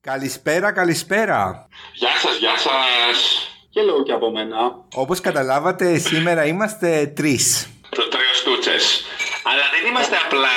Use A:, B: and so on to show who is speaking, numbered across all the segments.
A: Καλησπέρα, καλησπέρα.
B: Γεια σας, γεια σας. Και λέω και από μένα.
A: Όπως καταλάβατε, σήμερα είμαστε τρεις.
B: Το τρίο στούτσες. Αλλά δεν είμαστε απλά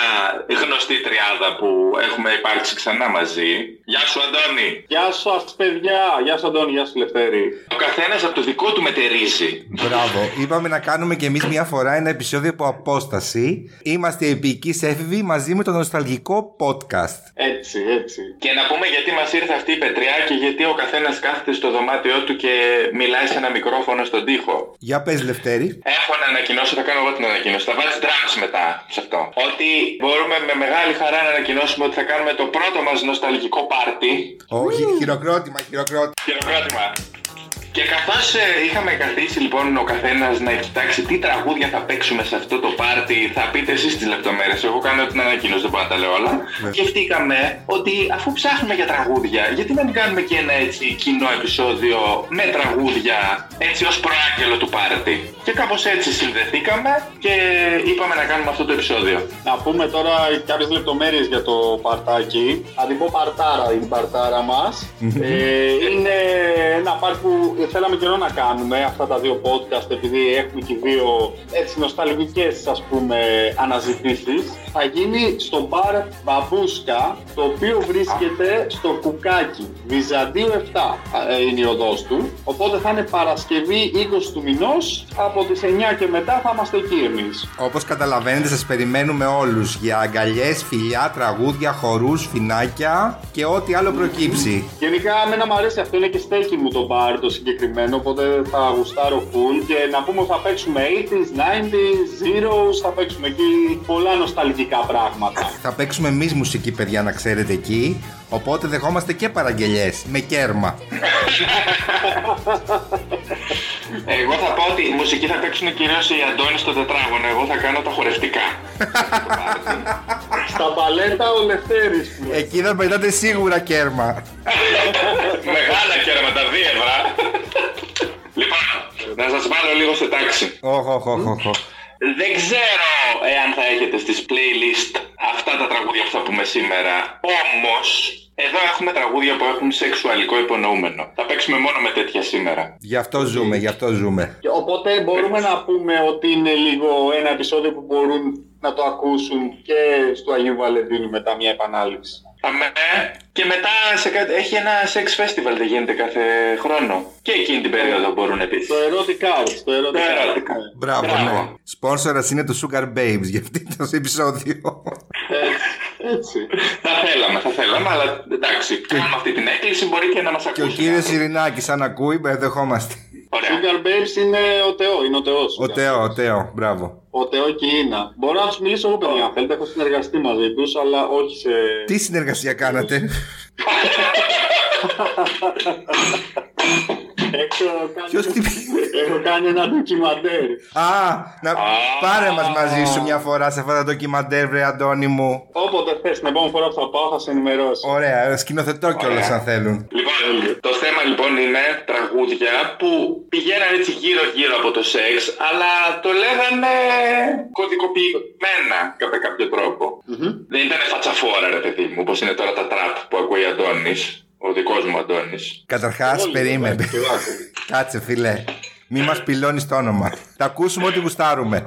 B: γνωστή τριάδα που έχουμε υπάρξει ξανά μαζί. Γεια σου Αντώνη.
C: Γεια σας παιδιά, γεια σου Αντώνη, γεια σου Λευτέρη.
B: Ο καθένας από το δικό του μετερίζει.
A: Μπράβο. Είπαμε να κάνουμε κι εμείς μια φορά ένα επεισόδιο από απόσταση. Είμαστε οι επικείς έφηβοι μαζί με το νοσταλγικό podcast.
C: Έτσι, έτσι.
B: Και να πούμε γιατί μας ήρθε αυτή η πετριά και γιατί ο καθένας κάθεται στο δωμάτιό του και μιλάει σε ένα μικρόφωνο στον τοίχο.
A: Για πες Λευτέρη.
B: Έχω να ανακοινώσω, θα κάνω εγώ την ανακοίνωση. Θα βάλεις drums μετά σε αυτό. Ότι μπορούμε με μεγάλη χαρά να ανακοινώσουμε ότι θα κάνουμε το πρώτο μας νοσταλγικό πάρτι.
A: Όχι, χειροκρότημα, χειροκρότημα.
B: Χειροκρότημα. Και καθώς είχαμε καθίσει λοιπόν ο καθένας να κοιτάξει τι τραγούδια θα παίξουμε σε αυτό το πάρτι, θα πείτε εσείς τις λεπτομέρειες. Εγώ κάνω την ανακοίνωση, δεν μπορώ να τα λέω όλα.
A: Ναι.
B: Σκεφτήκαμε ότι αφού ψάχνουμε για τραγούδια, γιατί να μην κάνουμε και ένα έτσι κοινό επεισόδιο με τραγούδια, έτσι ως προάγγελο του πάρτι. Και κάπως έτσι συνδεθήκαμε και είπαμε να κάνουμε αυτό το επεισόδιο.
C: Να πούμε τώρα κάποιες λεπτομέρειες για το παρτάκι. Θα την πω παρτάρα, η παρτάρα μας. ε, είναι ένα πάρτι που θέλαμε καιρό να κάνουμε αυτά τα δύο podcast επειδή έχουμε και δύο έτσι νοσταλγικές ας πούμε αναζητήσεις. Θα γίνει στο μπαρ Μπαμπούσκα το οποίο βρίσκεται στο Κουκάκι. Βυζαντίου 7 ε, είναι η οδός του. Οπότε θα είναι Παρασκευή 20 του μηνός. Από τις 9 και μετά θα είμαστε εκεί εμείς.
A: Όπως καταλαβαίνετε σας περιμένουμε όλους για αγκαλιές, φιλιά, τραγούδια, χορούς, φινάκια και ό,τι άλλο προκύψει.
C: Γενικά, εμένα μου αρέσει αυτό, είναι και στέκι μου το μπαρ το συγκεκριμένο, οπότε θα γουστάρω full και να πούμε ότι θα παίξουμε 80s, 90s, zeros, θα παίξουμε εκεί πολλά νοσταλγικά πράγματα.
A: Θα παίξουμε εμείς μουσική, παιδιά, να ξέρετε εκεί. Οπότε δεχόμαστε και παραγγελιές με κέρμα.
B: Εγώ θα πω ότι η μουσική θα παίξουν κυρίως οι Αντώνης στο τετράγωνο. Εγώ θα κάνω τα χορευτικά.
C: Στα μπαλέτα ο Λευτέρης που λέει.
A: Εκεί θα πετάτε σίγουρα κέρμα.
B: Μεγάλα κέραματα, δίευρα. λοιπόν, να σας βάλω λίγο σε τάξη.
A: Οχ, οχ, οχ, οχ, οχ.
B: Δεν ξέρω εάν θα έχετε στις playlist αυτά τα τραγούδια που θα πούμε σήμερα. Όμως, εδώ έχουμε τραγούδια που έχουν σεξουαλικό υπονοούμενο. Θα παίξουμε μόνο με τέτοια σήμερα.
A: Γι' αυτό ζούμε, γι' αυτό ζούμε.
C: Και Οπότε μπορούμε να πούμε ότι είναι λίγο ένα επεισόδιο που μπορούν να το ακούσουν και στο Αγίου Βαλεντίνου μετά μια επανάληψη.
B: Αμέ. Και μετά σε κάτι... έχει ένα sex festival δεν γίνεται κάθε χρόνο. Και εκείνη την περίοδο μπορούν επίσης.
C: Το erotic hours, το erotic
B: Το
C: hours.
B: erotic.
C: Ναι.
A: Μπράβο,
B: Μπράβο.
A: ναι. Σπόνσορα είναι το Sugar Babes για αυτό το επεισόδιο.
C: Έτσι, Έτσι.
B: θα θέλαμε, θα θέλαμε, αλλά εντάξει, κάνουμε αυτή την έκκληση, μπορεί και να μας
A: και ο
B: ακούσει.
A: κύριος Ειρηνάκης, αν ακούει, με δεχόμαστε.
B: Ωραία.
C: Sugar Babes είναι ο Θεός, είναι ο Θεό.
A: Ο Τέο, ο Τέο, μπράβο.
C: Ο Θεό και η Ίνα. Μπορώ να τους μιλήσω εγώ, παιδιά, αν θέλετε. Έχω συνεργαστεί μαζί τους, αλλά όχι σε.
A: Τι συνεργασία κάνατε.
C: Έχω κάνει,
A: Ποιος χτυπήθηκε.
C: Έχω κάνει ένα ντοκιμαντέρ.
A: Α, να...
B: Α.
A: πάρε μας μαζί σου μια φορά σε αυτά τα ντοκιμαντέρ, βρε Αντώνη μου.
C: Όποτε θες, την επόμενη φορά που θα πάω θα σε ενημερώσω.
A: Ωραία, σκηνοθετώ κιόλας αν θέλουν.
B: Λοιπόν, το θέμα λοιπόν είναι τραγούδια που πηγαίναν έτσι γύρω-γύρω από το σεξ, αλλά το λέγανε κωδικοποιημένα κατά κάποιο τρόπο.
C: Μμμ.
B: Δεν ήταν φατσαφόρα, ρε παιδί μου, όπως είναι τώρα τα τραπ που ακούει ο Αντώνης, ο δικός μου Αντώνης.
A: Καταρχάς,
C: Όλοι,
A: περίμενε.
C: εντάξει, βάζω.
A: Κάτσε, φίλε. Μη μας πυλώνεις το όνομα. Θα ακούσουμε ό,τι γουστάρουμε.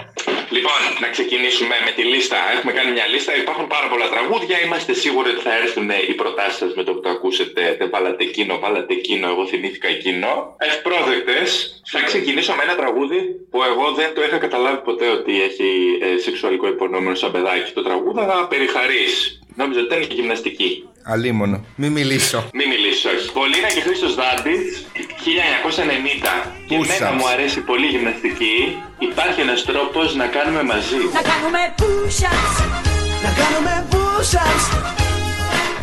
B: Λοιπόν, να ξεκινήσουμε με τη λίστα. Έχουμε κάνει μια λίστα, υπάρχουν πάρα πολλά τραγούδια. Είμαστε σίγουροι ότι θα έρθουν ε, οι προτάσεις σας με το που το ακούσετε. Δεν βάλατε εκείνο, βάλατε εκείνο, εγώ θυμήθηκα εκείνο. Ευπρόδεκτε, θα ξεκινήσω με ένα τραγούδι που εγώ δεν το είχα καταλάβει ποτέ ότι έχει ε, σεξουαλικό υπονόμενο σαν παιδάκι. Το τραγούδα περιχαρής. Νόμιζα ότι ήταν και γυμναστική.
A: Αλίμονο. Μη μιλήσω.
B: Μην μιλήσω, όχι. Πολύνα και Χρήστος Δάντη, 1990. Και
A: Πούσας.
B: εμένα μου αρέσει πολύ η γυμναστική. Υπάρχει ένας τρόπος να κάνουμε μαζί.
D: Να κάνουμε push-ups
E: Να κάνουμε push-ups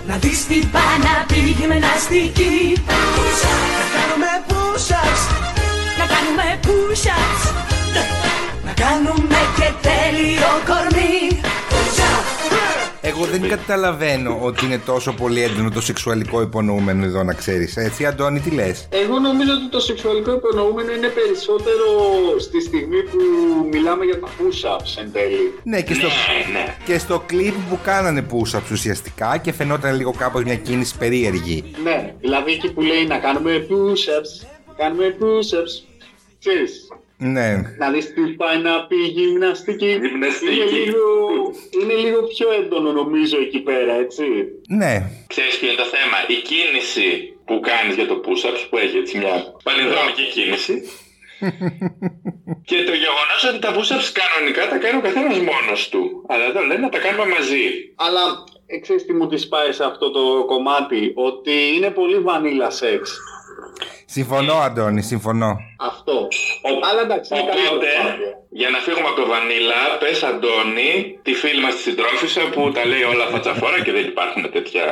E: Να δεις τι
D: Παναπή γυμναστική
E: Να κάνουμε push-ups
D: Να κάνουμε push-ups
E: Να κάνουμε
D: Με και τέλειο κορμί
E: push-ups
A: Εγώ δεν καταλαβαίνω ότι είναι τόσο πολύ έντονο το σεξουαλικό υπονοούμενο εδώ, να ξέρεις. Έτσι, Αντώνη, τι λες.
C: Εγώ νομίζω ότι το σεξουαλικό υπονοούμενο είναι περισσότερο στη στιγμή που μιλάμε για τα push-ups εν τέλει.
A: Ναι, και στο,
B: Ναι, ναι.
A: και στο κλιπ που κάνανε push-ups ουσιαστικά και φαινόταν λίγο κάπως μια κίνηση περίεργη.
C: Ναι, δηλαδή εκεί που λέει να κάνουμε push-ups, κάνουμε push-ups. Ξέρεις,
A: Ναι.
C: να δεις τι πάει να πει η γυμναστική.
B: Γυμναστική.
C: Είναι λίγο, είναι λίγο πιο έντονο νομίζω εκεί πέρα, έτσι.
A: Ναι.
B: Ξέρεις ποιο είναι το θέμα. Η κίνηση που κάνεις για το push-ups που έχει έτσι μια πανιδρομική κίνηση και το γεγονός ότι τα push-ups κανονικά τα κάνει ο καθένας μόνος του. Αλλά εδώ λένε να τα κάνουμε μαζί.
C: Αλλά ε, ξέρεις τι μου τη πάει σε αυτό το κομμάτι, ότι είναι πολύ βανίλα σεξ.
A: Συμφωνώ, Αντώνη, συμφωνώ.
C: Αυτό.
B: Ο-
C: Αλλά εντάξει, είναι καλή
B: Οπότε,
C: προσπάθεια.
B: για να φύγουμε από το βανίλα, πες Αντώνη, τη φίλη μας τη συντρόφισσα που τα λέει όλα φατσαφόρα και δεν υπάρχουν τέτοια,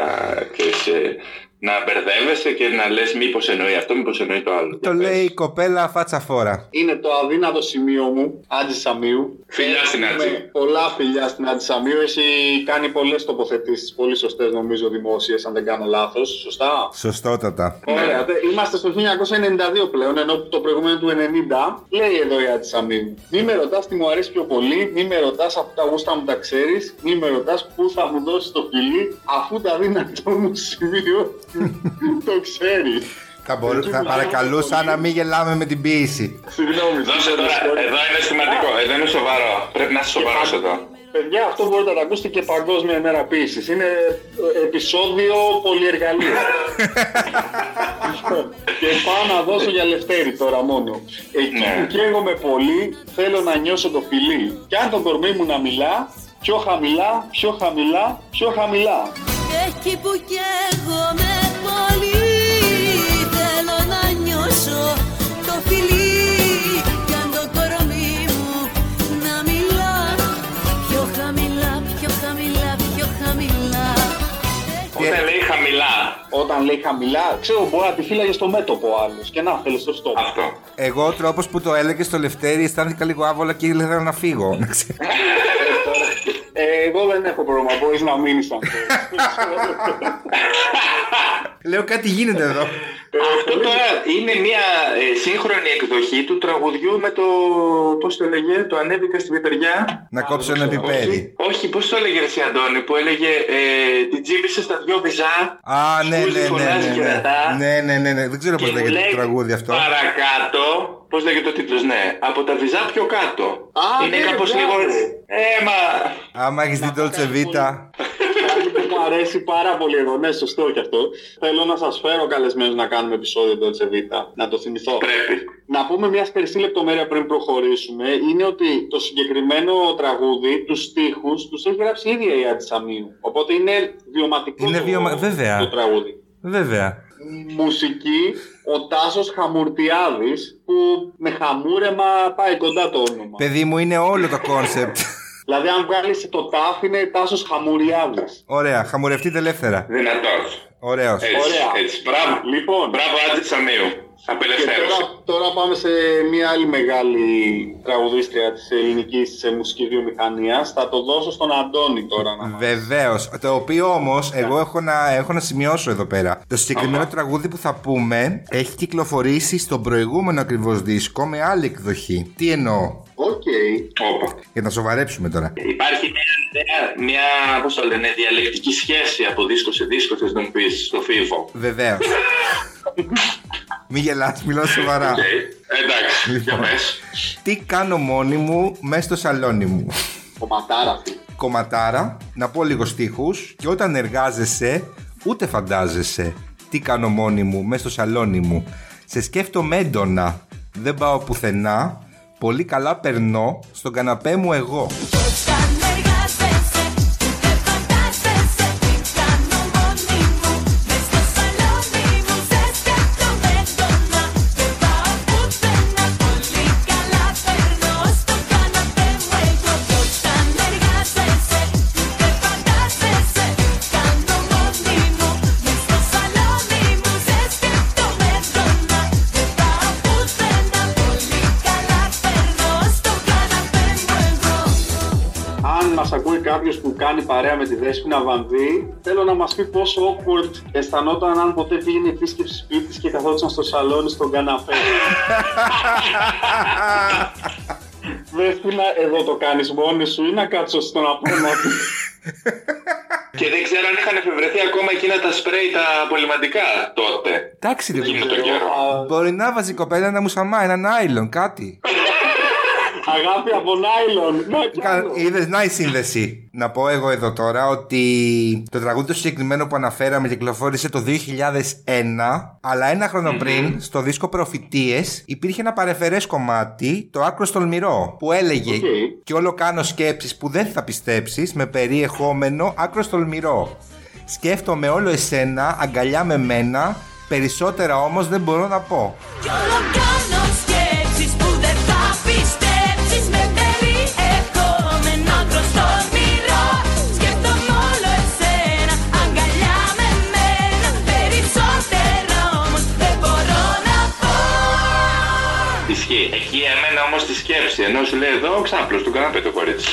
B: ξέρεις, ε, να μπερδεύεσαι και να λες μήπως εννοεί αυτό, μήπως εννοεί το άλλο.
A: Το
B: Για πες.
A: λέει η κοπέλα φάτσα φόρα.
C: Είναι το αδύνατο σημείο μου, Άντζη Σαμίου.
B: Φιλιά στην
C: Έχουμε
B: Άντζη.
C: Πολλά φιλιά στην Άντζη Σαμίου. Έχει κάνει πολλές τοποθετήσεις, πολύ σωστές νομίζω δημόσιες, αν δεν κάνω λάθος. Σωστά.
A: Σωστότατα.
C: Ωραία, δε- είμαστε στο 1992 πλέον, ενώ το προηγούμενο του 90 λέει εδώ η Άντζη Σαμίου. Μη με ρωτάς τι μου αρέσει πιο πολύ, μη με ρωτάς αφού τα γούστα μου τα ξέρεις, μη με ρωτάς πού θα μου δώσεις το φιλί, αφού τα δύνατό μου σημείο το ξέρει.
A: Θα, μπορού-
C: Εκεί
A: θα
C: που
A: παρακαλούσα να μην γελάμε με την ποιήση.
C: Συγγνώμη.
B: Δώσε τώρα,
C: συγγνώμη.
B: εδώ είναι σημαντικό, εδώ είναι σοβαρό. Πρέπει να είσαι σοβαρός εδώ.
C: Παιδιά, αυτό μπορείτε να το ακούσετε και παγκόσμια ημέρα ποιησης. Είναι ε, επεισόδιο πολυεργαλείο. Λοιπόν, και πάω να δώσω για Λευτέρη τώρα μόνο. Εκεί
B: Ναι.
C: που καίγομαι πολύ, θέλω να νιώσω το φιλί. Και αν το κορμί μου να μιλά, πιο χαμηλά, πιο χαμηλά, πιο χαμηλά.
F: Εκεί που καίγομαι πολύ Θέλω να νιώσω το φιλί Κι αν το κορμί μου να μιλά Πιο χαμηλά, πιο χαμηλά, πιο χαμηλά
B: Όταν λέει χαμηλά,
C: Όταν λέει χαμηλά, ξέρω μπορεί να τη φύλαγε στο μέτωπο άλλος και να θέλεις στο στόμα.
B: αυτό.
A: Εγώ ο τρόπος που το έλεγε στο Λευτέρη αισθάνθηκα λίγο άβολα και ήθελα να φύγω. να ξέρεις.
C: Ε, εγώ δεν έχω πρόβλημα, μπορείς να μείνεις αν θέλεις.
A: Λέω κάτι γίνεται εδώ.
B: Αυτό τώρα είναι μια ε, σύγχρονη εκδοχή του τραγουδιού με το. Πώς το έλεγε, Το Ανέβηκα στη Βεπεριά.
A: να κόψω ένα
B: Όχι,
A: πιπέρι.
B: όχι πώς το έλεγε εσύ Αντώνη, που έλεγε ε, Την τσίμπησε στα δυο βυζά.
A: Α, ναι,
B: σκούζει,
A: ναι, ναι,
B: φωνάζει,
A: ναι, ναι.
B: κερατά.
A: ναι, ναι, ναι, ναι. Δεν ξέρω πώ
B: Και μου
A: λέγεται
B: λέει
A: το τραγούδι αυτό.
B: Παρακάτω. Πώς λέγεται ο τίτλος, ναι. Από τα βυζά πιο κάτω.
C: Α,
B: είναι
C: ναι,
B: κάπως λίγο.
C: μπράβο.
B: Ε, μα.
A: Άμα έχεις την Dolce Vita.
C: Κάτι που μου αρέσει πάρα πολύ εδώ. Ναι, σωστό κι αυτό. Θέλω να σας φέρω καλεσμένους να κάνουμε επεισόδιο το Τσεβίτα. Να το θυμηθώ.
B: Πρέπει.
C: Να πούμε μια σκληρή λεπτομέρεια πριν προχωρήσουμε. Είναι ότι το συγκεκριμένο τραγούδι, τους στίχους, τους έχει γράψει η ίδια η Άντη Σαμίου. Οπότε είναι βιωματικό
A: Είναι
C: το,
A: βιωμα- βέβαια.
C: το τραγούδι.
A: Βέβαια.
C: Μουσική ο Τάσος Χαμουρτιάδης που με χαμούρεμα πάει κοντά το όνομα.
A: Παιδί μου, είναι όλο το κόνσεπτ.
C: Δηλαδή, αν βγάλεις το τάφ, είναι Τάσος Χαμουριάδη.
A: Ωραία, χαμουρευτείτε ελεύθερα.
B: Δυνατός.
A: Ωραίος.
B: Έτσι,
C: Ωραία.
B: έτσι. Μπράβο.
C: Λοιπόν,
B: Μπράβο, Άντζη Σαμίου.
C: Και
B: Απελευθέρωσε.
C: τώρα, τώρα πάμε σε μια άλλη μεγάλη τραγουδίστρια της ελληνικής ε, μουσικής βιομηχανίας. Θα το δώσω στον Αντώνη τώρα. να μας-
A: Βεβαίως. Το οποίο όμως, εγώ έχω να, έχω να σημειώσω εδώ πέρα. Το συγκεκριμένο τραγούδι που θα πούμε έχει κυκλοφορήσει στον προηγούμενο ακριβώς δίσκο με άλλη εκδοχή. Τι εννοώ,
C: Οκ.
B: Όπα.
A: για να σοβαρέψουμε τώρα.
B: Υπάρχει μια, μια, μια πώς το λένε, διαλεκτική σχέση από δίσκο σε δίσκο, θες να μου πεις, στο φίβο.
A: Βεβαίως. Μη γελάς, μιλάω σοβαρά.
B: Ε, εντάξει, για πες.
A: Τι κάνω μόνη μου μέσα στο σαλόνι μου.
C: Κομματάρα αυτή.
A: Κομματάρα, να πω λίγο στίχους και όταν εργάζεσαι, ούτε φαντάζεσαι. Τι κάνω μόνη μου μέσα στο σαλόνι μου. Σε σκέφτομαι έντονα. Δεν πάω πουθενά. Πολύ καλά περνώ στον καναπέ μου εγώ.
D: Όταν εργάζεσαι, ούτε φαντάζεσαι τι κάνω μόνη μου. Μες στο σαλόνι μου σε σκέφτομαι έντονα. Δεν πάω πουθενά, πολύ καλά περνώ στον καναπέ μου εγώ. Όταν εργάζεσαι, ούτε φαντάζεσαι τι κάνω μόνη μου. Μες στο σαλόνι μου σε σκέφτομαι έντονα. Δεν πάω πουθενά, πολύ καλά περνώ στον καναπέ μου εγώ.
C: μα ακούει κάποιο που κάνει παρέα με τη Δέσποινα Βανδύ, θέλω να μας πει πόσο awkward αισθανόταν αν ποτέ πήγαινε επίσκεψη σπίτι της και καθόντουσαν στο σαλόνι στον καναπέ. Δέσποινα, εδώ το κάνεις μόνη σου ή να κάτσω στον απέναντι.
B: Και δεν ξέρω αν είχαν εφευρεθεί ακόμα εκείνα τα σπρέι τα απολυματικά τότε.
A: Εντάξει, ρε
B: Εκείνο
A: παιδί.
B: τον καιρό.
C: Α,
A: Μπορεί να βάζει η κοπέλα ένα μουσαμά, έναν άιλον, κάτι.
C: Αγάπη από νάιλον. Ναι, Να κι άλλο.
A: Είδες να η σύνδεση. Να πω εγώ εδώ τώρα ότι το τραγούδι το συγκεκριμένο που αναφέραμε κυκλοφόρησε το 2001, αλλά ένα χρόνο πριν, στο δίσκο Προφητείες, υπήρχε ένα παρεφερές κομμάτι, το άκρο τολμηρό, που έλεγε
C: Οκ.
A: Και όλο κάνω σκέψεις που δεν θα πιστέψεις με περιεχόμενο άκρο τολμηρό. Σκέφτομαι όλο εσένα, αγκαλιά με μένα, περισσότερα όμως δεν μπορώ να πω.
F: Κι όλο κάνω σκέψεις που δεν θα πιστέψεις Με περιεχόμενο άκρος τολμηρό Σκέφτομαι όλο εσένα, αγκαλιά με μένα Περισσότερο όμως δεν μπορώ να πω
B: Ισχύει. Εκεί εμένα όμω τη σκέψη. Ενώ σου λέει εδώ ξάπλο του καναπέ το κορίτσι.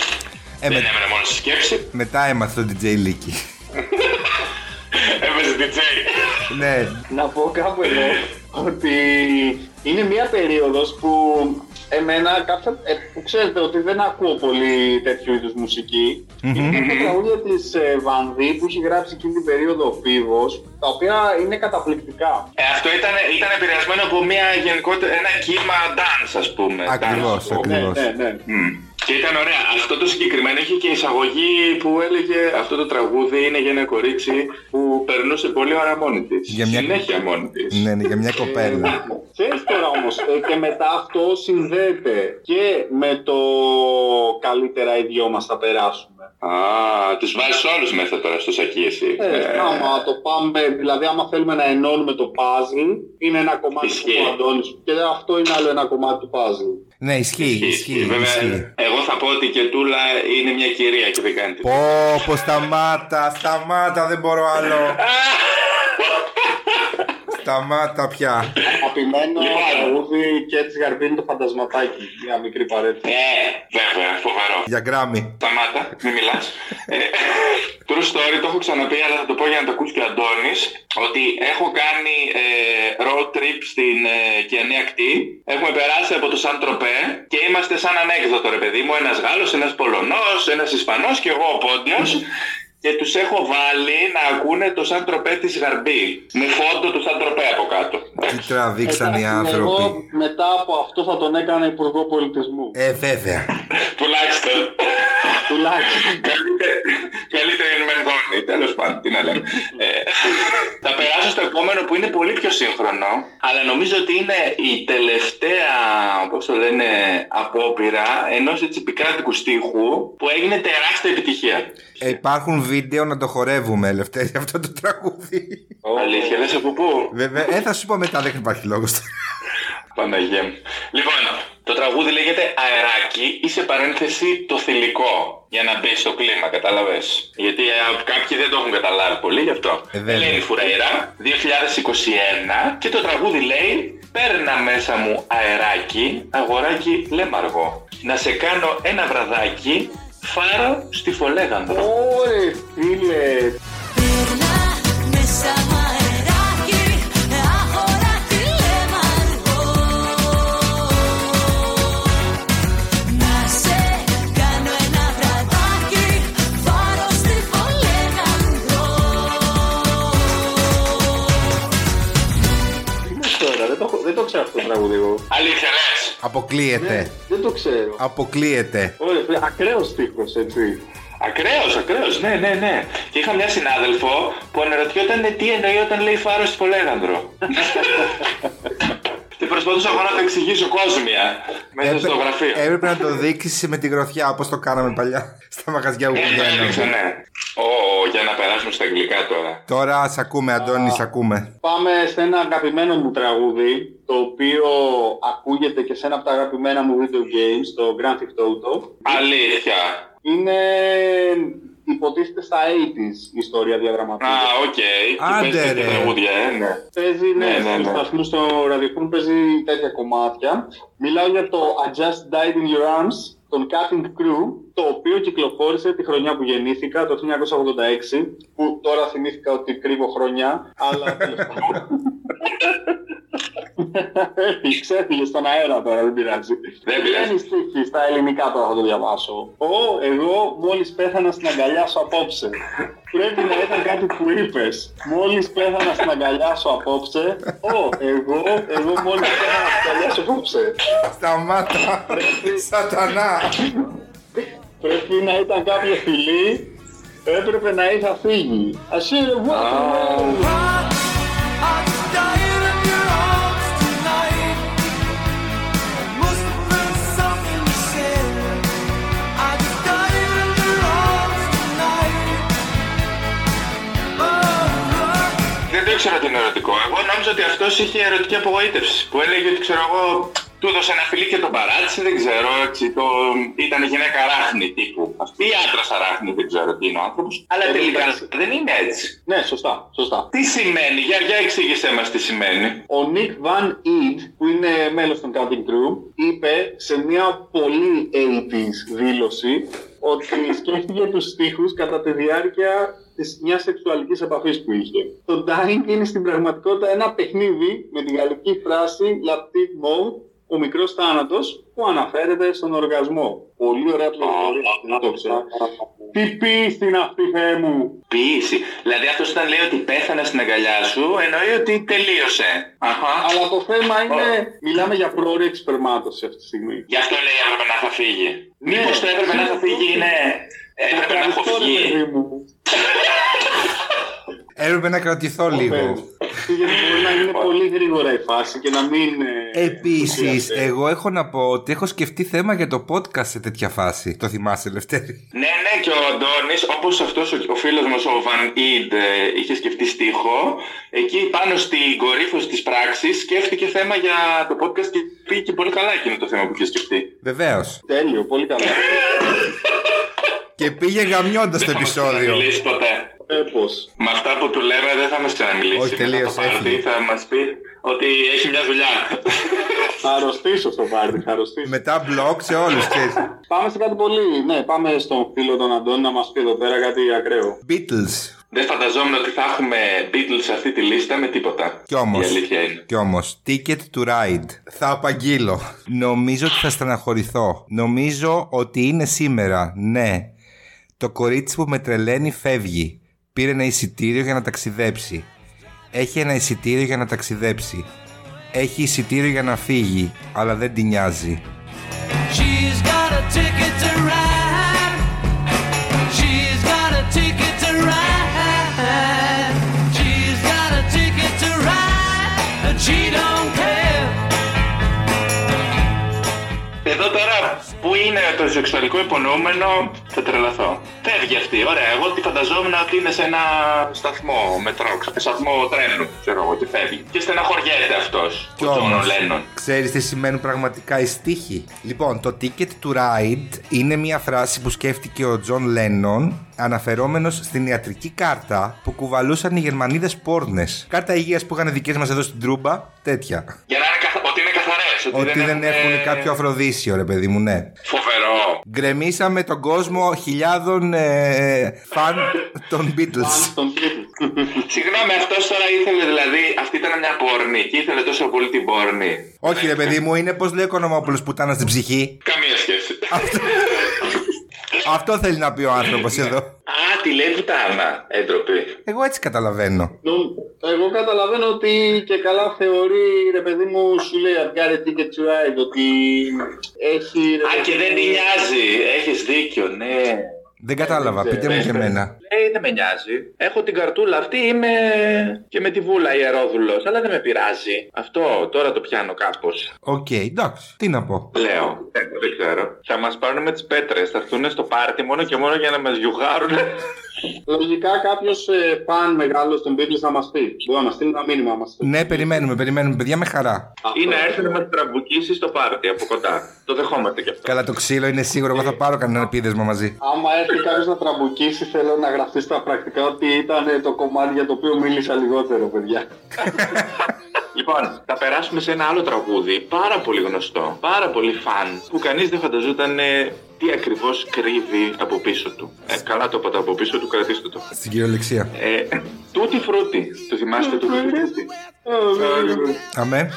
A: Ε,
B: δεν
C: Ναι.
A: με-
B: έμενε μόνο στη σκέψη.
A: μετά έμαθε το DJ Λίκη.
B: Έπαιζε DJ.
A: ναι,
C: Να πω κάπου εδώ ότι είναι μια περίοδος που εμένα κάποια, ε, που ξέρετε ότι δεν ακούω πολύ τέτοιου είδους μουσική. Είναι τα τραγούδια της ε, Βανδύ που έχει γράψει εκείνη την περίοδο ο Φίβος, τα οποία είναι καταπληκτικά.
B: Ε, αυτό ήταν, ήταν επηρεασμένο από μια γενικότερα, ένα κύμα dance, ας πούμε.
A: Ακριβώς,
B: Dance, ας πούμε.
A: ακριβώς. Βεβαίως.
C: Ναι, ναι, ναι.
B: Μμμ. Και ήταν ωραία. Αυτό το συγκεκριμένο είχε και εισαγωγή που έλεγε αυτό το τραγούδι είναι για ένα κορίτσι που περνούσε πολύ ώρα μόνη της.
A: Για μια-
B: Συνέχεια μόνη της.
A: ναι, ναι, για
C: Ε,
A: μια κοπέλα.
C: Ξέρεις τώρα όμως, ε, και μετά αυτό συνδέεται και με το καλύτερα οι δυο μας θα περάσουμε.
B: Α, τους βάζεις όλους μέσα τώρα στο σακί, εσύ.
C: Ε, άμα το πάμε, δηλαδή άμα θέλουμε να ενώνουμε το puzzle, είναι ένα κομμάτι
B: Ισχύει.
C: του Αντώνης και αυτό είναι άλλο ένα κομμάτι του puzzle.
A: ναι, ισχύει, ισχύει.
B: Βέβαια,
A: ισχύει.
B: εγώ θα πω ότι και τούλα είναι μια κυρία και δεν κάνει τίποτα.
A: Πω, πω, σταμάτα, σταμάτα, δεν μπορώ άλλο. σταμάτα πια.
C: Αγαπημένο
B: Λοιπόν.
C: τραγούδι και έτσι γαρδίνει το φαντασματάκι, μια μικρή παρέτηση.
B: Ε, βέβαια, φοβερό.
A: Για γράμμη.
B: Σταμάτα, μην μιλάς. Ε, True story, το έχω ξαναπεί, αλλά θα το πω για να το ακούσει και ο Αντώνης. Ότι έχω κάνει ε, road trip στην ε, Κενή Ακτή. Έχουμε περάσει από το Σαν Τροπέ και είμαστε σαν ανέκδοτο, ρε παιδί μου. Ένας Γάλλος, ένας Πολωνός, ένας Ισπανός και εγώ ο Πόντιος. Και τους έχω βάλει να ακούνε το Σαν Τροπέ της Γαρμπή. Με φόντο το Σαν Τροπέ από κάτω.
A: Τι τραβήξαν οι
C: Εντάξει, ναι, Εγώ
A: άνθρωποι.
C: μετά από αυτό θα τον έκανα υπουργό πολιτισμού.
A: Ε, βέβαια.
B: Τουλάχιστον. Ε,
C: Τουλάχιστον.
B: Καλύτερη- Καλύτερη είναι μενδόνη, τέλος πάντων, τι να λέμε. Ε, θα περάσω στο επόμενο που είναι πολύ πιο σύγχρονο, αλλά νομίζω ότι είναι η τελευταία, όπω το λένε, απόπειρα ενός έτσι πικράτικου στίχου που έγινε τεράστια επιτυχία.
A: Ε, υπάρχουν βίντεο να το χορεύουμε, Ελευθέρη, αυτό το τραγούδι.
B: Αλήθεια, λες από πού.
A: Βέβαια, ε, θα σου πω μετά, δεν υπάρχει λόγος.
B: Παναγία μου. Λοιπόν, το τραγούδι λέγεται Αεράκι ή σε παρένθεση το θηλυκό. Για να μπει στο κλίμα, κατάλαβες. Γιατί ε, κάποιοι δεν το έχουν καταλάβει πολύ γι' αυτό.
A: Ε, βέβαια.
B: Ελένη Φουρέιρα, 2021. Και το τραγούδι λέει Παίρνα μέσα μου αεράκι, αγοράκι λέμαργο. Να σε κάνω ένα βραδάκι, φάρο στη φολέγανδρο.
C: Ωρε φίλε,
F: Περνά μέσα μου αεράκι, αγοράκι λεμαργό Να σε κάνω ένα βραδάκι, βάρω στη φωλέγανδρο
C: τι είναι τώρα, δεν το, έχω- δεν το ξέρω αυτό το τραγούδι εγώ.
B: Αλήθεια, λες. Ναι.
A: Αποκλείεται.
C: Δεν το ξέρω.
A: Αποκλείεται.
C: Ωρε φίλε, ακραίος στίχος έτσι.
B: Ακραίος, ακραίος, ναι, ναι, ναι. Και είχα μια συνάδελφο που αναρωτιόταν τι εννοεί όταν λέει φάρος στη Πολέγανδρο. και προσπαθούσα εγώ να το εξηγήσω κόσμια μέσα στο
A: Έπρε-
B: γραφείο.
A: Έπρεπε να το δείξεις με τη γροθιά όπως το κάναμε παλιά στα μαγαζιά που
B: Έτσι έλεξα,
A: πηγαίναμε.
B: Ε, ναι. Ω, για να περάσουμε στα αγγλικά
A: Ε,
B: τώρα.
A: Τώρα σ' ακούμε, Αντώνη, σ' ακούμε.
C: Πάμε σε ένα αγαπημένο μου τραγούδι, το οποίο ακούγεται και σε ένα από τα αγαπημένα μου video games, το Grand Theft Auto.
B: Αλήθεια.
C: Είναι, υποτίθεται στα 80s η ιστορία
B: Α,
C: διαγραμματίζεται.
B: οκ. Και
A: ε, Άντε,
B: παίζετε
A: ρε.
B: και τραγούδια, ε, ναι.
C: Παίζει, ναι,
B: Ναι, ναι,
C: στους
B: ναι.
C: σταθμούς στο ραδιοφώνου παίζει τέτοια κομμάτια. Μιλάω για το I Just Died in Your Arms των Cutting Crew, το οποίο κυκλοφόρησε τη χρονιά που γεννήθηκα, το 1986, που τώρα θυμήθηκα ότι κρύβω χρονιά, αλλά τέλος πάντων. Ξέφυγες στον αέρα τώρα, δεν πειράζει.
B: Δεν πειράζει.
C: Βγαίνεις στίχη στα ελληνικά τώρα θα το διαβάσω. Ω, εγώ μόλις πέθανα στην αγκαλιά σου απόψε. Πρέπει να ήταν κάτι που είπες. Μόλις πέθανα στην αγκαλιά σου απόψε. Ω, εγώ, εγώ μόλις πέθανα στην αγκαλιά σου απόψε.
A: Σταμάτα. Σατανά.
C: Πρέπει να ήταν κάποιο φιλί. Έπρεπε να είχα φύγει. Ας είναι wow.
B: Δεν το ήξερα τον ερωτικό. Εγώ νόμιζα ότι αυτός είχε ερωτική απογοήτευση. Που έλεγε ότι ξέρω εγώ, του έδωσε ένα φιλί και τον παράτησε, δεν ξέρω. Έτσι, το... Ήταν η γυναίκα αράχνη τύπου. Αυτή η άντρας αράχνη, δεν ξέρω τι είναι ο άνθρωπος. Αλλά
C: Ε,
B: τελικά
C: εντάξει.
B: δεν είναι έτσι.
C: Ναι, σωστά, σωστά.
B: Τι σημαίνει, για, για εξήγησέ μας τι σημαίνει.
C: Ο Nick Van Eed, που είναι μέλος των Cutting Crew, είπε σε μια πολύ 80s δήλωση ότι σκέφτηκε τους στίχους κατά τη διάρκεια της μιας σεξουαλικής επαφής που είχε. Το Dying είναι στην πραγματικότητα ένα παιχνίδι με τη γαλλική φράση La Petite Mode, ο μικρός θάνατος, που αναφέρεται στον οργασμό. Πολύ ωραία πληροφορία, δεν το ξέρω. Τι πει στην αυτή, Θεέ μου!
B: Ποιήση. Δηλαδή αυτός όταν λέει ότι πέθανα στην αγκαλιά σου, εννοεί ότι τελείωσε. Αχα.
C: Αλλά το θέμα είναι, μιλάμε για πρόορη εξπερμάτωση αυτή τη στιγμή.
B: Γι' αυτό λέει έπρεπε να θα φύγει.
C: Ναι.
B: Μήπως το έπρεπε να θα φύγει είναι... Έπρεπε να Ε, έχω
C: Αυτό, λοιπόν, ρε
B: φύγει.
C: παιδί μου.
A: Έπρεπε να κρατηθώ λίγο.
C: Γιατί μπορεί να είναι πολύ γρήγορα η φάση και να μην. ε,
A: Επίσης,
C: ουσιαστεί.
A: εγώ έχω να πω ότι έχω σκεφτεί θέμα για το podcast σε τέτοια φάση. Το θυμάσαι, Λευτέρη.
B: Ναι, ναι, και ο Αντώνης, όπως αυτός ο, ο φίλος μας ο Βαν Ιντ ε, είχε σκεφτεί στίχο, εκεί πάνω στην κορύφωση της πράξης σκέφτηκε θέμα για το podcast και πήγε και πολύ καλά εκείνο το θέμα που είχε σκεφτεί.
A: Βεβαίως.
C: Τέλειο, πολύ καλά.
A: Και πήγε γαμιώντας το
B: Δεν θα μας
A: επεισόδιο.
B: ξαναμιλήσει ποτέ.
C: Ε, Έπως.
B: Με αυτά που του λέμε δεν θα μας ξαναμιλήσει.
A: Όχι, τελείως,
B: Μετά το πάρτι
A: έφυγε.
B: Θα μας πει ότι έχει μια δουλειά.
C: Θα αρρωστήσω στο πάρτι, θα αρρωστήσω.
A: Μετά μπλοκ σε όλους.
C: Πάμε σε κάτι πολύ. Ναι, πάμε στον φίλο τον Αντώνη να μας πει εδώ πέρα κάτι ακραίο.
A: Beatles.
B: Δεν φανταζόμουν ότι θα έχουμε Beatles σε αυτή τη λίστα με τίποτα.
A: Κι όμως.
B: Η αλήθεια είναι.
A: Κι όμως. Ticket to ride. Θα απαγγείλω. Νομίζω ότι θα στεναχωρηθώ. Νομίζω ότι είναι σήμερα. Ναι. Το κορίτσι που με τρελαίνει φεύγει. Πήρε ένα εισιτήριο για να ταξιδέψει. Έχει ένα εισιτήριο για να ταξιδέψει. Έχει εισιτήριο για να φύγει, αλλά δεν την νοιάζει.
G: She's got a ticket to ride. She's got a ticket to ride. She's got a ticket to ride, and she don't care.
B: Εδώ τώρα που είναι το σεξουαλικό υπονοούμενο, θα τρελαθώ. Φεύγει αυτή, ωραία. Εγώ τη φανταζόμουν ότι είναι σε ένα σταθμό μετρό, σε σταθμό τρένου. Ξέρω εγώ ότι φεύγει. Και στεναχωριέται αυτός.
A: Κι
B: Ο Τζόνο
A: όμως,
B: Λένον.
A: Ξέρεις τι σημαίνουν πραγματικά οι στίχοι. Λοιπόν, το ticket to ride είναι μια φράση που σκέφτηκε ο Τζον Λένον αναφερόμενος στην ιατρική κάρτα που κουβαλούσαν οι Γερμανίδες πόρνες. Κάρτα υγείας που είχαν δικές μας εδώ στην Τρούμπα, τέτοια.
B: Για να είναι καθα... ότι είναι καθαρέ.
A: Ότι δεν έχουν κάποιο αφροδίσιο, ρε παιδί μου, ναι.
B: Φοβερό.
A: Γκρεμίσαμε τον κόσμο χιλιάδων ε, φαν των Beatles.
C: Στον τίτλο.
B: Συγγνώμη, αυτός τώρα ήθελε δηλαδή. Αυτή ήταν μια πόρνη και ήθελε τόσο πολύ την πόρνη.
A: Όχι, ρε παιδί μου, είναι πως λέει ο Κονομόπουλος πουτάνα στην ψυχή.
B: Καμία σχέση.
A: Αυτό θέλει να πει ο άνθρωπος εδώ.
B: Α, τη λέει πουτάνα. Έντροπη.
A: Εγώ έτσι καταλαβαίνω.
C: Νο- Εγώ καταλαβαίνω ότι και καλά θεωρεί ρε παιδί μου, σου λέει I've got a ticket to ride, ότι έχει. ρε
B: Α,
C: παιδί
B: και δεν
C: μου,
B: τη νοιάζει. Έχεις δίκιο, ναι.
A: Δεν κατάλαβα.
C: δεν
A: Πείτε
C: ξέρω.
A: μου και εμένα.
B: Λέει δεν με νοιάζει. Έχω την καρτούλα αυτή, είμαι και με τη βούλα ιερόδουλος. Αλλά δεν με πειράζει. Αυτό τώρα το πιάνω κάπως.
A: Οκ, εντάξει. Τι να πω.
B: Λέω. Ε, δεν ξέρω. Θα μας πάρουν με τις πέτρες. Θα έρθουν στο πάρτι μόνο και μόνο για να μας γιουγάρουν.
C: Λογικά κάποιος φαν μεγάλο των Beatles θα μας πει. Μπορεί να στείλει ένα μήνυμα μα.
A: Ναι, περιμένουμε, περιμένουμε. Παιδιά με χαρά.
B: ή να έρθει να μας τραμπουκίσει στο πάρτι από κοντά. Το δεχόμαστε κι αυτό.
A: Καλά, το ξύλο είναι σίγουρο. Εγώ θα πάρω κανένα πίδεσμα μαζί.
C: Άμα έρθει κάποιος να τραμπουκίσει, θέλω να γραφτεί στα πρακτικά ότι ήταν ε, το κομμάτι για το οποίο μίλησα λιγότερο, παιδιά.
B: Λοιπόν, θα περάσουμε σε ένα άλλο τραγούδι, πάρα πολύ γνωστό, πάρα πολύ φαν, που κανείς δεν φανταζόταν ε, τι ακριβώς κρύβει από πίσω του. Ε, καλά το είπατε από πίσω του, κρατήστε το.
A: Στην κυριολεξία.
B: Ε, τούτη φρούτη, το θυμάστε το φρούτη.
A: Αμέ.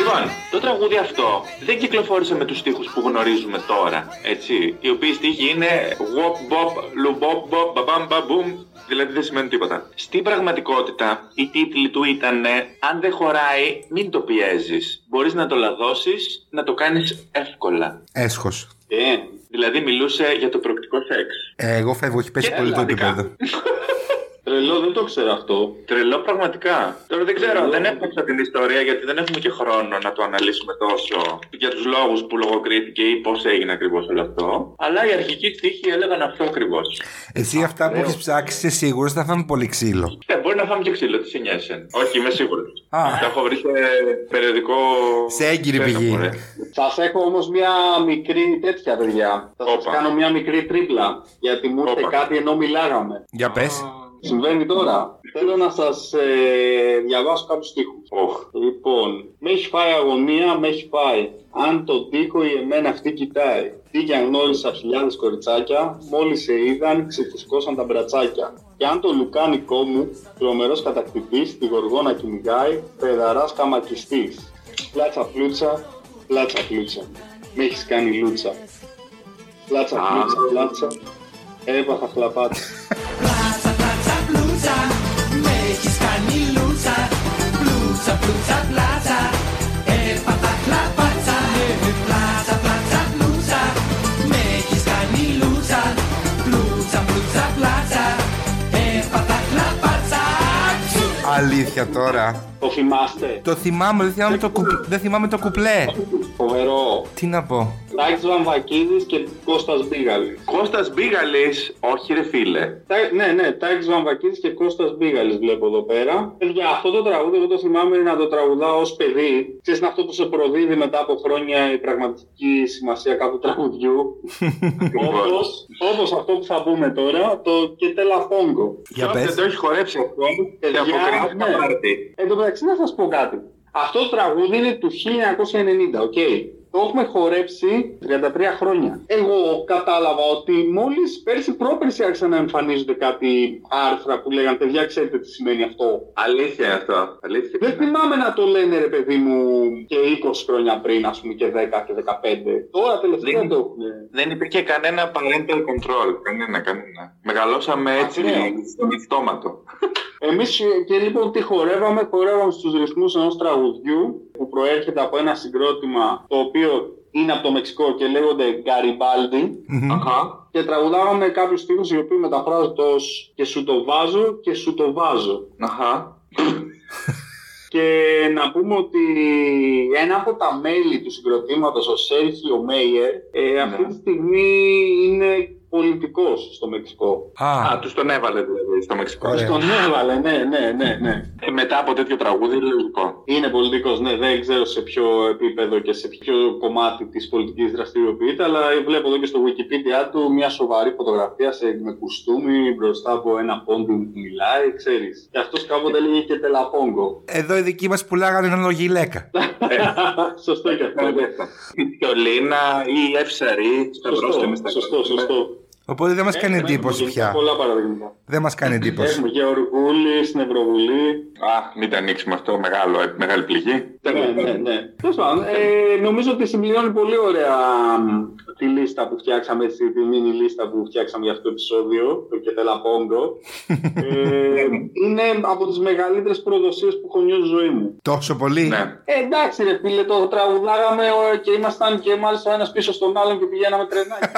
B: Λοιπόν, το τραγούδι αυτό δεν κυκλοφόρησε με τους στίχους που γνωρίζουμε τώρα, έτσι, οι οποίοι στίχοι είναι wop bop, lubop bop, babam baboom, δηλαδή δεν σημαίνουν τίποτα. Στην πραγματικότητα, οι τίτλοι του ήταν «Αν δεν χωράει, μην το πιέζεις, μπορείς να το λαδώσεις, να το κάνεις εύκολα».
A: Έσχος.
B: Ε, δηλαδή μιλούσε για το προκτικό σεξ.
A: Ε, εγώ φεύγω, έχει πέσει
B: Και
A: πολύ το
B: ελλαδικά.
A: επίπεδο.
C: Τρελό, δεν το ξέρω αυτό.
B: Τρελό πραγματικά. Τώρα δεν ξέρω, δεν έφτιαξα την ιστορία γιατί δεν έχουμε και χρόνο να το αναλύσουμε τόσο για τους λόγους που λογοκρίθηκε ή πώς έγινε ακριβώς όλο αυτό. Αλλά οι αρχικοί στοίχοι έλεγαν αυτό ακριβώς.
A: Εσύ αυτά που έχεις ψάξει, είσαι σίγουρος θα φάμε πολύ ξύλο.
B: Ναι, μπορεί να φάμε και ξύλο, τι συνέσαι. Όχι, είμαι σίγουρος.
A: Α.
B: Τα έχω βρει σε περιοδικό...
A: Σε έγκυρη
B: Πέρα,
A: πηγή.
B: μωρέ.
C: Σας έχω όμως μια μικρή τέτοια, παιδιά. Θα σας
B: Όπα.
C: κάνω μια μικρή τρίπλα. Γιατί μου ήρθε
B: Όπα.
C: κάτι ενώ μιλάγαμε.
A: Για πες.
C: Συμβαίνει τώρα. Θέλω να σας ε, διαβάσω κάποιους στίχους.
B: Οχ.
C: Λοιπόν, με έχεις φάει αγωνία, με έχεις φάει. Αν τον τοίχο η εμένα αυτή κοιτάει. Τι για γνώρισα χιλιάδες κοριτσάκια, μόλις σε είδαν, ξεφουσκώσαν τα μπρατσάκια. Και αν το λουκάνικό μου, τρομερός κατακτητής, τη γοργόνα κυνηγάει, παιδαρά καμακιστής. Πλάτσα πλούτσα, πλάτσα πλούτσα. Με έχεις κάνει λούτσα. Πλάτσα πλούτσα, πλάτσα. Έβαχα χλαπάτσα.
G: Πλάτσα, πλάτσα, πλούτσα, με έχεις κάνει λούτσα. Πλούτσα, πλούτσα, πλάτσα, έπατα κλαπάτσα. Ε, Πλάτσα, πλάτσα, πλούτσα, με έχεις κάνει λούτσα. Πλούτσα, πλούτσα, πλάτσα, έπατα κλαπάτσα. Ξου.
A: Αλήθεια τώρα.
C: Το θυμάστε.
A: Το θυμάμαι, δεν θυμάμαι το, κουπ- δεν θυμάμαι το κουπλέ.
C: Φοβερό.
A: Τι να πω.
C: Τάκης Βαμβακίδης και Κώστας Μπίγαλης.
B: Κώστας Μπίγαλης, όχι ρε φίλε.
C: Τα- Ναι, ναι, Τάκης Βαμβακίδης και Κώστας Μπίγαλης βλέπω εδώ πέρα. Για αυτό το τραγούδι, εγώ το θυμάμαι να το τραγουδάω ως παιδί. Ξέρεις, είναι αυτό που σε προδίδει μετά από χρόνια η πραγματική σημασία κάποιου τραγουδιού. όπως, όπως αυτό που θα πούμε τώρα, το και τελαφόγκο.
A: Για
B: Ποιος
A: πες.
B: Δεν το έχεις χορέψει αυτό και
C: Παιδιά,
B: αποκρίνει
C: ναι.
B: πάρτι.
C: Εν τω μεταξύ να σας πω κάτι. Αυτός το τραγούδι είναι του 1990, οκ. Το έχουμε χορέψει 33 χρόνια. Εγώ κατάλαβα ότι μόλις πέρσι πρόπερσι άρχισαν να εμφανίζονται κάτι άρθρα που λέγανε παιδιά ξέρετε τι σημαίνει αυτό.
B: Αλήθεια είναι αυτό. Αλήθεια.
C: Δεν
B: είναι.
C: θυμάμαι να το λένε ρε παιδί μου και 20 χρόνια πριν ας πούμε και 10 και 15. Τώρα τελευταία
B: Δεν-
C: το έχουν.
B: Δεν υπήρχε κανένα parental control. Κανένα, κανένα. Μεγαλώσαμε έτσι
C: ναι.
B: στον αυτόματο.
C: Εμείς ε, και λοιπόν τι χορεύαμε, χορεύαμε στους ρυθμούς ενός τραγουδιού που προέρχεται από ένα συγκρότημα το οποίο είναι από το Μεξικό και λέγονται Γκαριμπάλντι
B: Αχα.
C: και τραγουδάγαμε κάποιους στίχους οι οποίοι μεταφράζονται ως και σου το βάζω και σου το βάζω.
B: Αχα.
C: Και να πούμε ότι ένα από τα μέλη του συγκροτήματος, ο Σέρχιο Μέιερ, ε, αυτή
B: Ναι.
C: τη στιγμή είναι πολιτικός στο Μεξικό.
B: Α,
A: Α,
B: τους τον έβαλε δηλαδή στο Μεξικό.
A: Ωραία.
C: Τον έβαλε, ναι, ναι, ναι, ναι.
B: Ε, μετά από τέτοιο τραγούδι, λογικό.
C: Είναι πολιτικός, ναι, δεν ξέρω σε ποιο επίπεδο και σε ποιο κομμάτι της πολιτικής δραστηριοποιείται, αλλά βλέπω εδώ και στο Wikipedia του μια σοβαρή φωτογραφία σε, με κουστούμι μπροστά από ένα πόντι που μιλάει, ξέρεις. Και αυτό κάποτε έλεγε και τελαπόγκο.
A: εδώ οι δικοί μας πουλάγανε έναν γυλαίκα.
C: σωστό και αυτό. ναι.
B: Η Πιολίνα ή η Ευσαρή.
C: Σωστό, σωστό, σωστό. Ε,
A: Οπότε δεν μας κάνει
C: Έχουμε
A: εντύπωση
C: γενικά
A: πια.
C: Πολλά παραδείγματα.
A: Δεν μας κάνει εντύπωση.
C: Έχουμε Γεωργούλη στην Ευρωβουλή.
B: Αχ, μην τα ανοίξουμε αυτό, μεγάλο, ε, μεγάλη πληγή.
C: Ναι, ναι, ναι. Τέλος πάντων, ε, νομίζω ότι συμπληρώνει πολύ ωραία μ, τη λίστα που φτιάξαμε, έτσι, τη μίνι λίστα που φτιάξαμε για αυτό το επεισόδιο, το Κετέλα Πόγκο. ε, είναι από τις μεγαλύτερες προδοσίες που έχω νιώσει στη ζωή μου.
A: Τόσο πολύ.
B: Ναι.
C: Ε, εντάξει ρε φίλε, το τραγουδάγαμε ε, και ήμασταν και μάλιστα ένας πίσω στον άλλον και πηγαίναμε τρενάκι.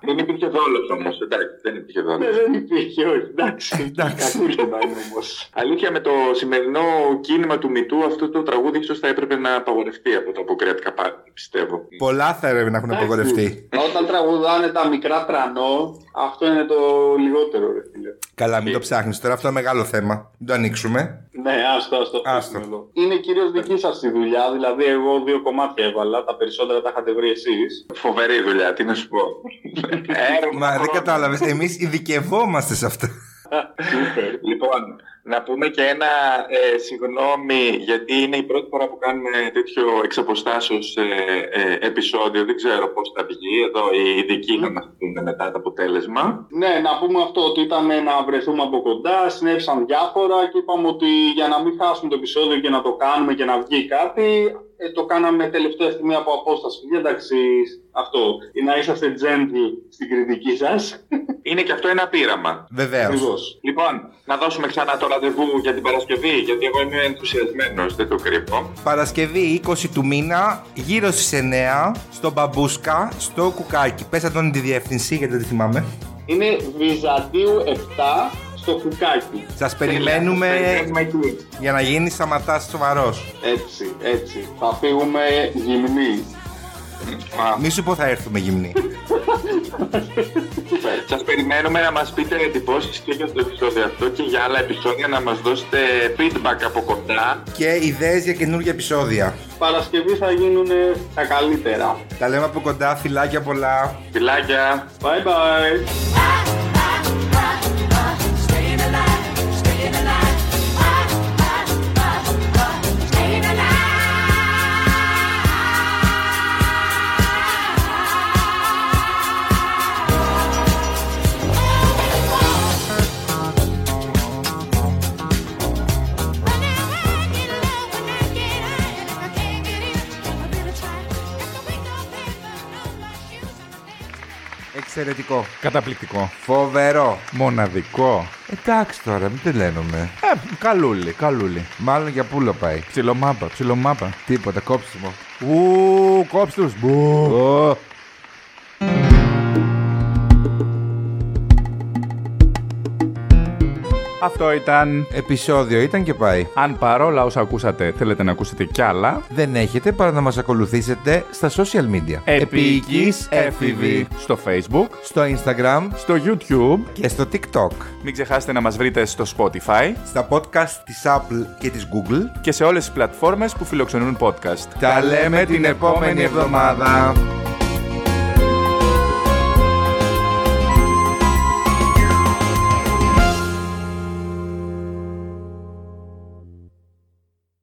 B: Δεν υπήρχε δόλος όμως. Εντάξει, δεν υπήρχε
C: Ναι,
B: δόλο.
C: δεν υπήρχε, όχι, εντάξει.
A: Εντάξει.
C: Κακούργημα είναι όμως.
B: Αλήθεια με το σημερινό κίνημα του Μητού αυτό το τραγούδι ίσως θα έπρεπε να απαγορευτεί από τα αποκριάτικα πάρτι, πιστεύω.
A: Πολλά θα έπρεπε να έχουν απογορευτεί.
C: Όταν τραγουδάνε τα μικρά τρανό, αυτό είναι το λιγότερο, ρε φίλε.
A: Καλά, μην το ψάχνεις τώρα. Αυτό είναι μεγάλο θέμα. Μην το ανοίξουμε.
C: Ναι, άστο, άστο.
A: Άστο. Ε.
C: αφήσουμε εδώ. Είναι κυρίως δική σας η δουλειά. Δηλαδή, εγώ δύο κομμάτια έβαλα. Τα περισσότερα τα είχατε βρει εσείς.
B: Φοβερή δουλειά, τι να σου πω. Έρωμα
A: Μα δεν
B: χρόνου.
A: κατάλαβες. Εμείς ειδικευόμαστε σε αυτά.
B: Λοιπόν, να πούμε και ένα ε, συγγνώμη, γιατί είναι η πρώτη φορά που κάνουμε τέτοιο εξ αποστάσεως, ε, ε, επεισόδιο. Δεν ξέρω πώς θα βγει. Εδώ οι ειδικοί θα μας πούνε μετά το αποτέλεσμα.
C: Ναι, να πούμε αυτό ότι ήταν να βρεθούμε από κοντά, συνέβησαν διάφορα και είπαμε ότι για να μην χάσουμε το επεισόδιο και να το κάνουμε και να βγει κάτι, ε, το κάναμε τελευταία στιγμή από απόσταση. Γιατί, Εντάξει, αυτό, ή να είσαστε gentle στην κριτική σας.
B: Είναι και αυτό ένα πείραμα.
A: Βεβαίως.
C: Ακριβώς.
B: Λοιπόν, να δώσουμε ξανά το ραντεβού για την Παρασκευή, γιατί εγώ είμαι ενθουσιασμένος, δεν το κρύβω.
A: Παρασκευή 20 του μήνα, γύρω στις 9, στο Μπαμπούσκα, στο Κουκάκι. Πες τον τη διεύθυνση, γιατί δεν τη θυμάμαι.
C: Είναι Βυζαντίου 7 στο κουκάκι.
A: Σας περιμένουμε
B: Περιμένουμε εκεί.
A: για να γίνει σταματάς σοβαρός.
C: Έτσι, έτσι. Θα φύγουμε γυμνοί.
A: Μη σου πω θα έρθουμε γυμνοί.
B: Σας περιμένουμε να μας πείτε εντυπώσεις και για το επεισόδιο αυτό και για άλλα επεισόδια να μας δώσετε feedback από κοντά.
A: και ιδέες για καινούργια επεισόδια.
C: Παρασκευή θα γίνουν τα καλύτερα.
A: Τα λέμε από κοντά, φιλάκια πολλά.
B: Φιλάκια!
C: Bye bye.
F: Staying alive, staying alive. Ah, ah, ah, ah, staying alive.
A: Εξαιρετικό.
H: Καταπληκτικό.
A: Φοβερό.
H: Μοναδικό.
A: Εντάξει τώρα, μην τρελαίνομαι.
H: Ε, καλούλι, καλούλι.
A: Μάλλον για πούλο πάει.
H: Ψιλομάπα, ψιλομάπα.
A: Τίποτα, κόψιμο.
H: Ου, κόψτε τους. Μπου.
A: Ω.
H: Αυτό ήταν.
A: Επισόδιο ήταν και πάει.
H: Αν παρόλα όσα ακούσατε θέλετε να ακούσετε κι άλλα,
A: Δεν έχετε παρά να μας ακολουθήσετε στα social media.
H: Επίκης έφηβη στο facebook,
A: Στο Instagram
H: στο youtube.
A: και στο TikTok.
H: Μην ξεχάσετε να μας βρείτε στο spotify
A: Στα podcast της Apple και της Google.
H: και σε όλες τις πλατφόρμες που φιλοξενούν podcast.
A: Τα λέμε την επόμενη εβδομάδα.